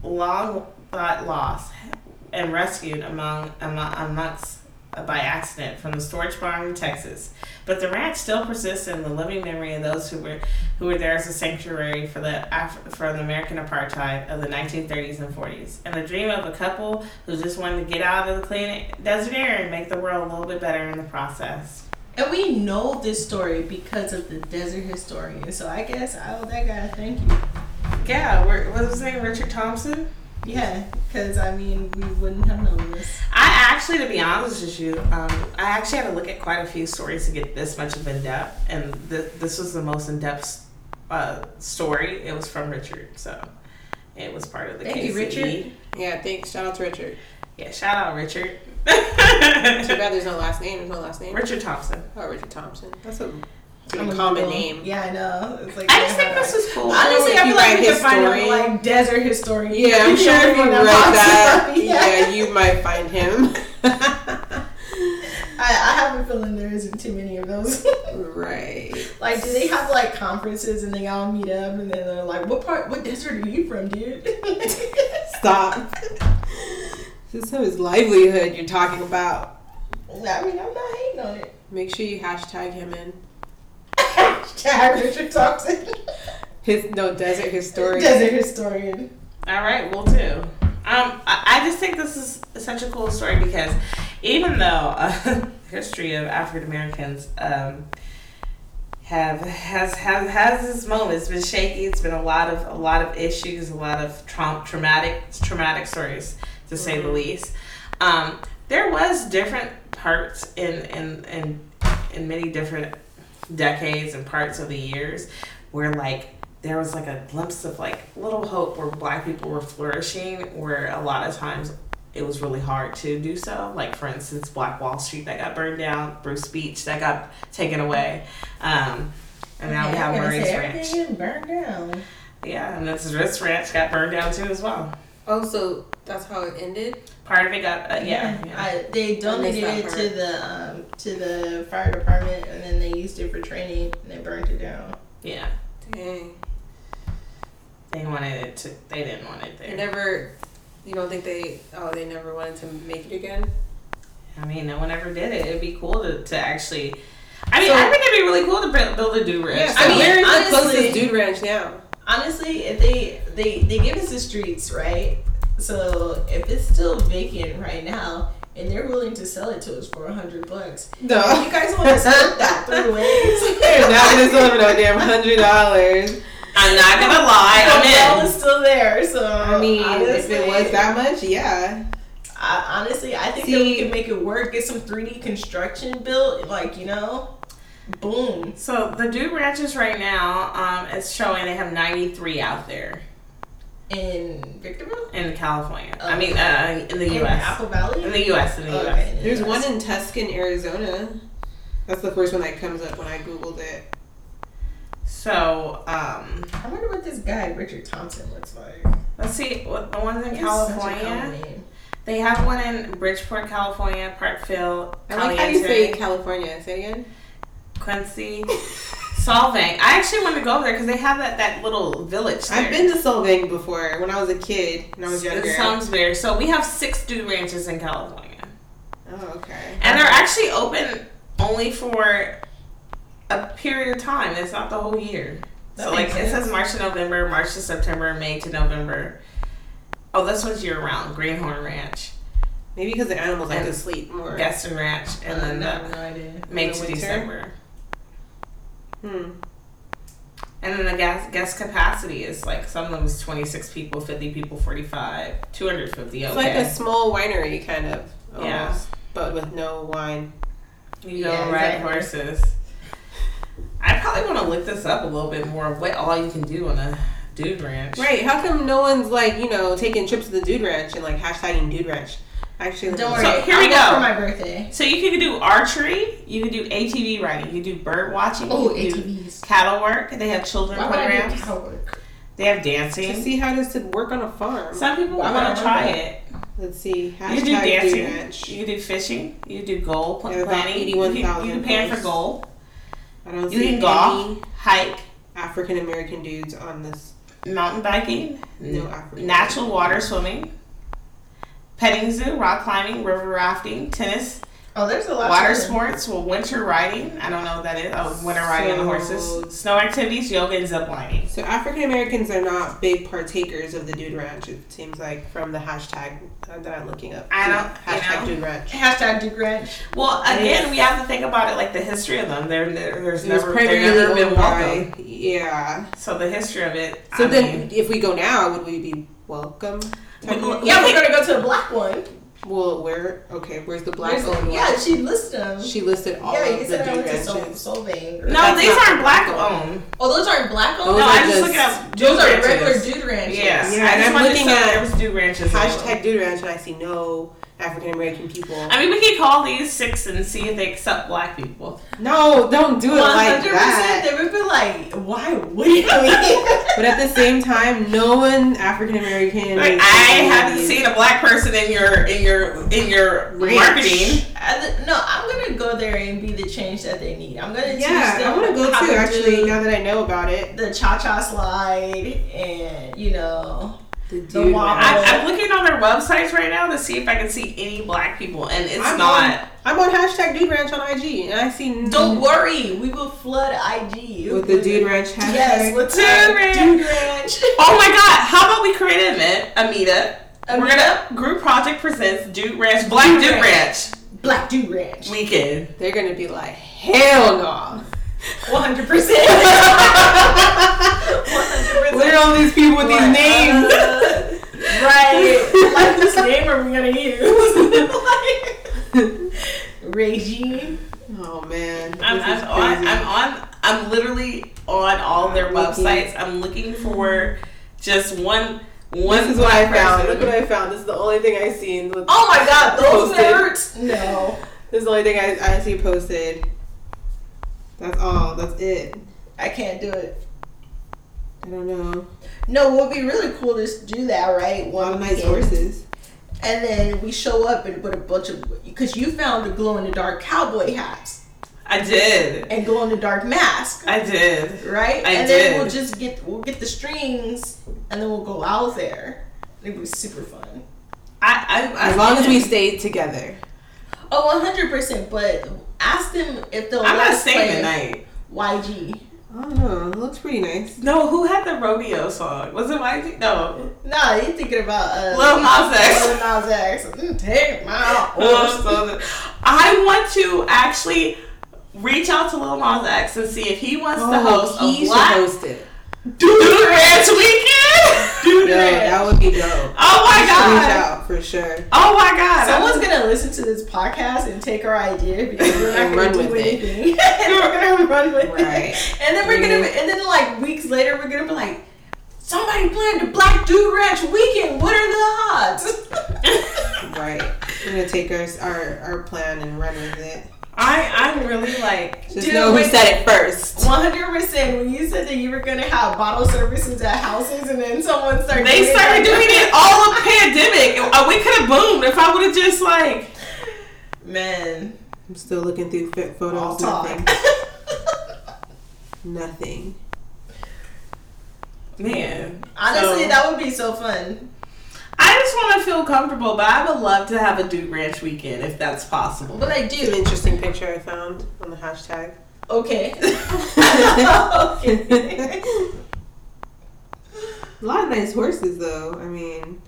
long thought lost and rescued among, among amongst uh, by accident from the storage barn in Texas. But the ranch still persists in the living memory of those who were who were there as a sanctuary for the Af- for the American apartheid of the 1930s and 40s, and the dream of a couple who just wanted to get out of the clean desert air and make the world a little bit better in the process.
And we know this story because of the desert historian. So I guess I owe that guy a thank you.
Yeah, where- what was his name? Richard Thompson.
Yeah, because I mean, we wouldn't have known this.
I actually, to be honest with you, um, I actually had to look at quite a few stories to get this much of in depth, and th- this was the most in depth uh, story. It was from Richard, so it was part of the.
Thank you,
KCE.
Richard.
Yeah. Thanks. Shout out to Richard.
Yeah, shout out Richard.
Too bad there's no last name. There's no last name.
Richard Thompson.
Oh, Richard Thompson. That's a
I'm
pretty
a
common
little-
name.
Yeah, I know. It's like
I just think this was cool.
I-
Honestly, I feel
You
like we
write
could find a
historian.
like desert historian.
Yeah, I'm sure if you
everyone
read
that walks
that,
up,
yeah, you might find him.
I, I have a feeling there isn't too many of those.
right.
like, do they have like conferences and they all meet up and then they're like, "What part? What desert are you from, dude?"
Stop. This is his livelihood you're talking about.
I mean, I'm not hating on it.
Make sure you hashtag him in.
Chad Richard Thompson,
His no desert historian.
desert historian.
All right, we'll do. Um, I, I just think this is such a cool story because even though uh, history of African Americans um, have has has has its moments. It's been shaky. It's been a lot of a lot of issues, a lot of traum- traumatic traumatic stories, to say the least. Um, there was different parts in in in in many different decades and parts of the years where like there was like a glimpse of like little hope where black people were flourishing where a lot of times it was really hard to do so like for instance black wall street that got burned down bruce beach that got taken away um, and now we have murray's ranch
burned down.
yeah and this this ranch got burned down too as well
Oh, so that's how it ended.
part of it got uh, yeah,
Yeah,
yeah.
I, they donated it to the um, to the fire department, and then they used it for training, and they burned it down.
yeah
Dang.
they wanted it to they didn't want it
They
there
never. You don't think they? Oh, they never wanted to make it again.
I mean, no one ever did it. It'd be cool to, to actually. I mean,
So-
I think it'd be really cool to build, build a do rich.
Yeah,
I
I mean,
mean, where is the closest
honestly-
dude ranch now?
Honestly, if they they they give us the streets, right? So if it's still vacant right now, and they're willing to sell it to us for a hundred bucks, if you guys want to split that three
They're not gonna
ways.
sell it for no damn hundred dollars.
I'm not gonna lie.
The well
I'm in.
is still there, so
I mean, if
honestly-
it was that much, yeah.
I, honestly, I think that
See-
we can make it work. Get some three D construction built, like you know, boom.
So the Dude Ranches right now, um, it's showing they have 93 out there
in Victorville,
in California. I mean, uh, in the
in
U.S.
Apple Valley.
In the U.S. In the U.S.
Okay,
There's one in Tuscan, Arizona. That's the first one that comes up when I googled it.
So um,
I wonder what this guy Richard Thompson looks like.
let's see what the ones in
He has such a common
California.
name.
They have one in Bridgeport, California, Parkville,
I like how you say
Caliente,
California. Say it again.
Quincy. Solvang. I actually want to go over there because they have that, that little village. There.
I've been to Solvang before when I was a kid and I was younger.
It sounds weird. So we have six dude ranches in California,
oh, okay.
and they're actually open only for a period of time. It's not the whole year.
That
so like
makes
it
sense.
says March to November, March to September, May to November. Oh, this one's year round. Greenhorn Ranch,
Maybe because the animals like to sleep more.
Gaston Ranch, and then
I have
uh,
no idea.
May
In
to
the winter.
December.
Hmm.
And then the gas guest capacity is like some of them is twenty six people, fifty people, forty five, two hundred fifty.
It's
Okay,
like a small winery kind of. Almost,
Yeah.
But with no wine.
You go
Yeah,
ride
exactly.
horses. I probably want to look this up a little bit more of what all you can do on a dude ranch.
Right? How come no one's like you know taking trips to the Dude Ranch and like hashtagging Dude Ranch? Actually,
Don't worry.
So, here we
I'll go
go.
for my birthday.
So you can do archery, you can do ATV riding, you can do bird watching,
Oh,
you can do
ATVs.
cattle work. They have children
Why would I do
programs.
cow work?
They have
To
dancing.
see how does it work on a farm?
Some people
Why would I
want
do
to try
that?
it.
Let's see.
You can do
Hashtag Dude Ranch.
dancing. You can do fishing. You can do goal pl-
There are about
planning. You can, you
81,000
can plan for
posts.
goal.
I don't
You
see
can
any
golf, hike,
African American dudes on this.
mountain biking,
No African.
natural water swimming, petting zoo, rock climbing, river rafting, tennis,
Oh, there's a lot.
water
of
sports, well, winter riding. I don't know what that is. Oh, winter riding on
So-
horses, snow activities, yoga, and zip lining.
So African Americans are not big partakers of the dude ranch. It seems like from the hashtag uh, that I'm looking up.
I don't-
hashtag
you know.
dude ranch.
Hashtag Duke Ranch.
Well, again, we have to think about it like the history of them. They're, they're, there's
It was
never, they've
primarily
never been
owned by-
welcome.
Yeah.
So the history of it.
So
I
then,
mean,
if we go now, would we be welcome?
Would-
Yeah,
we-
we're gonna go to a black one.
Well, where? Okay, where's the black
There's-
owned
yeah,
one?
she listed them.
She listed all
yeah, you
of the
said I
dude
went to Sol-
ranches.
Solvang.
no,
that's
these
not-
aren't black owned.
Oh, those aren't black owned.
Those
No,
are
I'm just
just-
looking up.
Those
dude
are regular
ranches.
dude ranches.
Yeah, I
Yeah, and
just
I'm
wanted
looking
to say
at
there was dude ranches. owned.
Hashtag dude ranch, and I see no African American people.
I mean, we can call these six and see if they accept black people.
No, don't do it
One
like
hundred percent.
that.
They would be like, "Why wouldn't we?"
But at the same time, no one African American.
Like, I haven't seen a black person in your in your in your
Ranch.
marketing.
I th- no, I'm gonna go there and be the change that they need. I'm gonna teach
Yeah,
them
I want to go
how
too. Actually,
do
now that I know about it,
the cha cha slide and you know
the dude.
dude wobble.
ranch.
I, I'm looking on their websites right now to see if I can see any black people, and it's
I'm
not.
I'm on hashtag dude ranch on IG, and I see n-
Don't worry, we will flood IG
with the dude ranch hashtag.
Yes, with
Dude
the
ranch.
dude ranch.
Oh my god! How about we create an event, a meetup?
A
We're gonna group project presents Dude Ranch Black
Dude
Dude
Ranch.
Ranch
Black dude ranch.
weekend.
They're gonna be like, hell no.
One hundred percent. One hundred
What
percent.
are all these people with
Like,
these names?
uh, right. like
uh,
this name are we gonna use? like, Regine.
Oh man.
I'm,
this is
I'm, on,
crazy.
I'm on. I'm literally on all their
Looking.
websites. I'm looking for just one. One.
This is what I found.
person.
Look what I found. This is the only thing I seen. Look-
Oh my god, those
Posted.
nerds. No.
This is the only thing I, I see posted. That's all. That's it.
I can't do it.
I don't know.
No, what would be really cool is to do that, right?
A lot
One
of nice
weekend.
horses.
And then we show up and with a bunch of because you found the glow in the dark cowboy hats
I did.
and glow in the dark mask,
I did.
right?
I did.
and then we'll just get we'll get the strings and then we'll go out there. It'd be super fun.
I. I, I
As long as we stay together.
Oh, 100%. But ask them if they'll
I'm
let
not
us
staying
play
tonight.
YG.
I don't know. It looks pretty nice.
No, who had the rodeo song? Was it YG? No,
No, you're thinking about uh,
Lil Nas X.
Lil Nas X. Mm, Take my horse.
Um, I want to actually reach out to Lil Nas X and see if he wants to host a
Oh, he should
black
host it.
Dude Ranch weekend.
No,
Dude Ranch.
that would be dope.
Oh my
Reach
god.
out for sure.
Oh my god.
Someone's gonna listen to this podcast and take our idea because we're not
And
gonna
run
do
with it.
anything. and we're gonna run with
Right.
it. And then we're gonna,
Mhm.
and then like weeks later, we're gonna be like, somebody planned the Black Dude Ranch weekend. What are the odds?
Right. We're gonna take our our, our plan and run with it.
I I'm really like
Just
Dude,
know who
wait.
said it first.
One hundred percent. When you said that you were gonna have bottle services at houses, and then someone started
they
doing
started
it.
doing it all of pandemic. Uh, We could have boomed if I would have just like
Man,
I'm still looking through fit
all
photos.
talk.
Nothing. Nothing.
man.
Honestly,
So-
that would be so fun.
I just want to feel comfortable, but I would love to have a Dude Ranch weekend if that's possible.
But I
An
do.
interesting picture I found on the hashtag.
Okay. okay.
A lot of nice horses, though. I mean,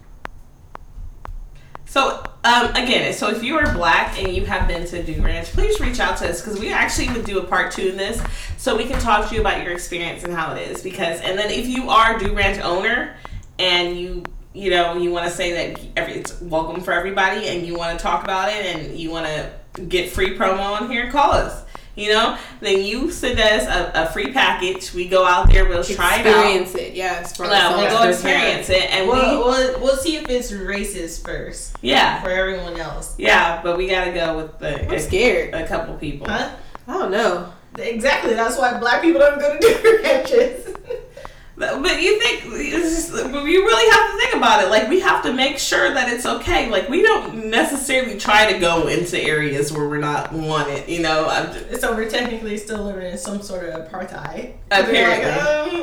So um, again, so if you are black and you have been to Dude Ranch, please reach out to us because we actually would do a part two in this, so we can talk to you about your experience and how it is. Because and then if you are a Dude Ranch owner and you you know you want to say that every, it's welcome for everybody and you want to talk about it and you want to get free promo on here, call us. You know, then you send us a, a free package. We go out there, we'll try it out.
experience it. Yes. for
Yeah, we'll
ourselves
go
firsthand.
experience it, and
We'll,
we
we'll, we'll see if it's racist first
yeah
for everyone else.
yeah. But we gotta go with the
I'm scared.
a couple people.
Huh?
I don't know.
Exactly. That's why black people don't go to do ranches.
But but you think it's just, but you really have to think about it. Like we have to make sure that it's okay. Like we don't necessarily try to go into areas where we're not wanted. You know, I'm just,
so we're technically still living in some sort of apartheid.
Apparently.
We're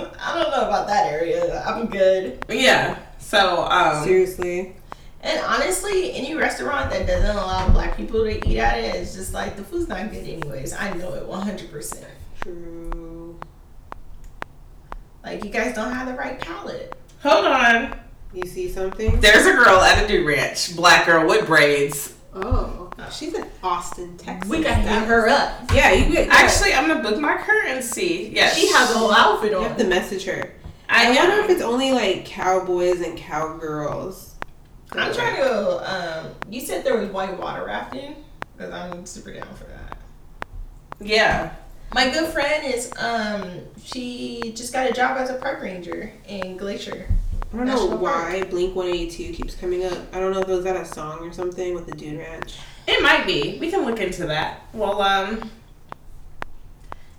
like, um, I don't know about that area. I'm good.
yeah. So um,
Seriously.
And honestly, any restaurant that doesn't allow black people to eat at it is just like the food's not good anyways. I know it 100%.
True.
Like you guys don't have the right palate.
hold on.
You see something?
There's a girl at a dude ranch, black girl with braids.
Oh, she's in Austin, Texas.
We gotta hit her up.
Yeah, you could actually.
Actually, I'm gonna bookmark her and see. Yes,
She has a whole outfit
You
on.
have to message her.
I
I wonder if
am.
it's only like cowboys and cowgirls.
I'm trying to go. Um, you said there was white water rafting because I'm super down for that.
Yeah.
My good friend is um she just got a job as a park ranger in Glacier.
I don't know
National
why Blink 182 keeps coming up. I don't know if it was that a song or something with the Dude Ranch.
It might be. We can look into that. Well, um,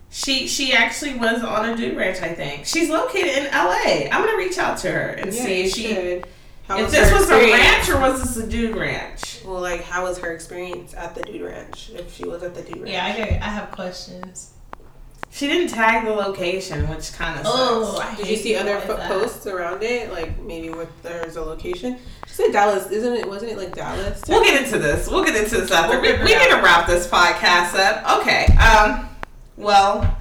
she she actually was on a dude ranch. I think she's located in L.A. I'm gonna reach out to her and
Yeah,
see
you
if she
should. How
if
was
this
her
was a
experience?
ranch or was this a dude ranch.
Well, like, how was her experience at the Dude Ranch? If she was at the Dude Ranch.
Yeah, I got, I have questions.
She didn't tag the location, which kind of
Oh,
sucks.
I
Did you
hate
see
people
other
like
fo-
that.
posts around it? Like maybe with there's a location. She said Dallas, isn't it? Wasn't it like Dallas?
We'll get into this. We'll get into this after.
We'll
We,
figure
we
it
need to wrap this podcast up. Okay. Um. Well,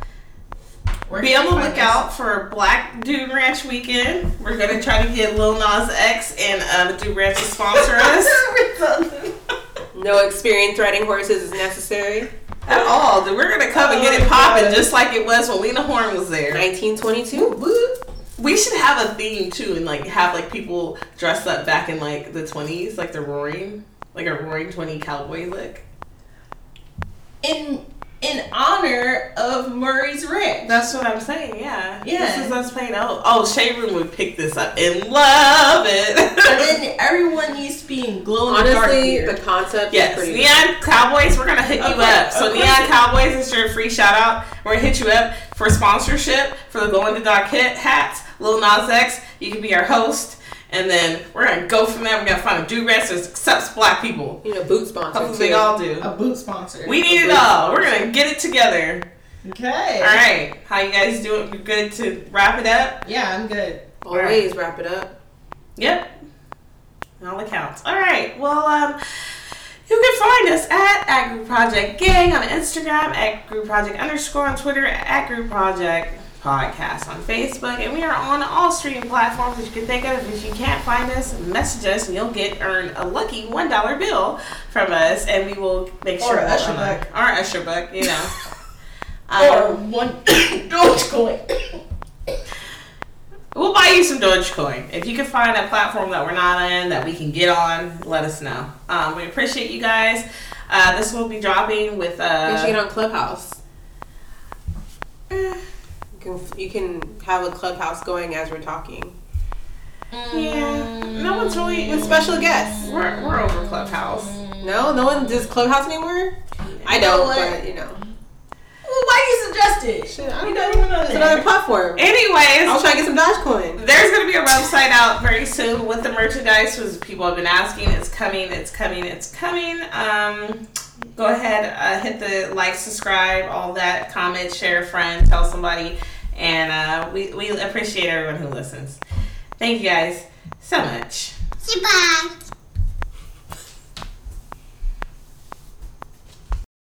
Where
be
can
on the
you find us?
lookout for Black Dude Ranch Weekend. We're gonna try to get Lil Nas X and um, Dude Ranch to sponsor us.
No experience riding horses is necessary.
at all. We're gonna come and get
Oh
it
my
popping
God.
just like it was when Lena Horne was there.
1922.
We should have a theme too, and like have like people dressed up back in like the twenties, like the roaring, like a roaring twenty cowboy look.
in in honor of Murray's Ranch.
That's what I'm saying. Yeah,
Yeah.
This is us playing. Oh, oh, Shade Room would pick this up and love
and
it.
then everyone needs to be in glow in the dark
Honestly,
gear.
the concept
Yes,
is pretty.
Neon Cowboys, we're gonna hook
Of
you
course,
up. So
of
Neon
course.
Cowboys is your free shout out. We're gonna hit you up for sponsorship for the Glow in the Dark hit hats, Lil Nas X. You can be our host, and then we're gonna go from there. We're gonna find a do rest that accepts black people.
You know, boot sponsor
Hopefully they
too.
all do.
a boot sponsor.
We need it all. We're gonna get it together.
okay.
All right, how you guys doing? We Good to wrap it up.
Yeah, I'm good.
Always wrap it up.
Yep. On all accounts. All right. Well, um, you can find us at, at Group Project Gang on Instagram, at Group Project underscore on Twitter, at Group Project Podcast on Facebook, and we are on all streaming platforms that you can think of. If you can't find us, message us, and you'll get earn a lucky one dollar bill from us, and we will make
Or
sure
a Usher
buck, or a Usher buck, you know.
or
um,
one Dogecoin.
we'll buy you some Dogecoin. If you can find a platform that we're not on that we can get on, let us know. Um, we appreciate you guys. Uh, this will be dropping with
You should get
uh,
on Clubhouse. Eh, You can, you can have a Clubhouse going as we're talking.
yeah. No one's really.
With special guests.
We're, we're over Clubhouse. Well,
No, no one does Clubhouse anymore. I
Mm. know
don't,
what?
but you know,
Why you suggest it?
I
You don't even know
it's
that.
another platform.
Anyways,
I was trying to get some Dogecoin.
there's gonna be a website out very soon with the merchandise because people have been asking. It's coming. It's coming. It's coming. Um, go ahead, uh, hit the like, subscribe, all that, comment, share, friend, tell somebody, and uh, we we appreciate everyone who listens. Thank you guys so much.
Goodbye.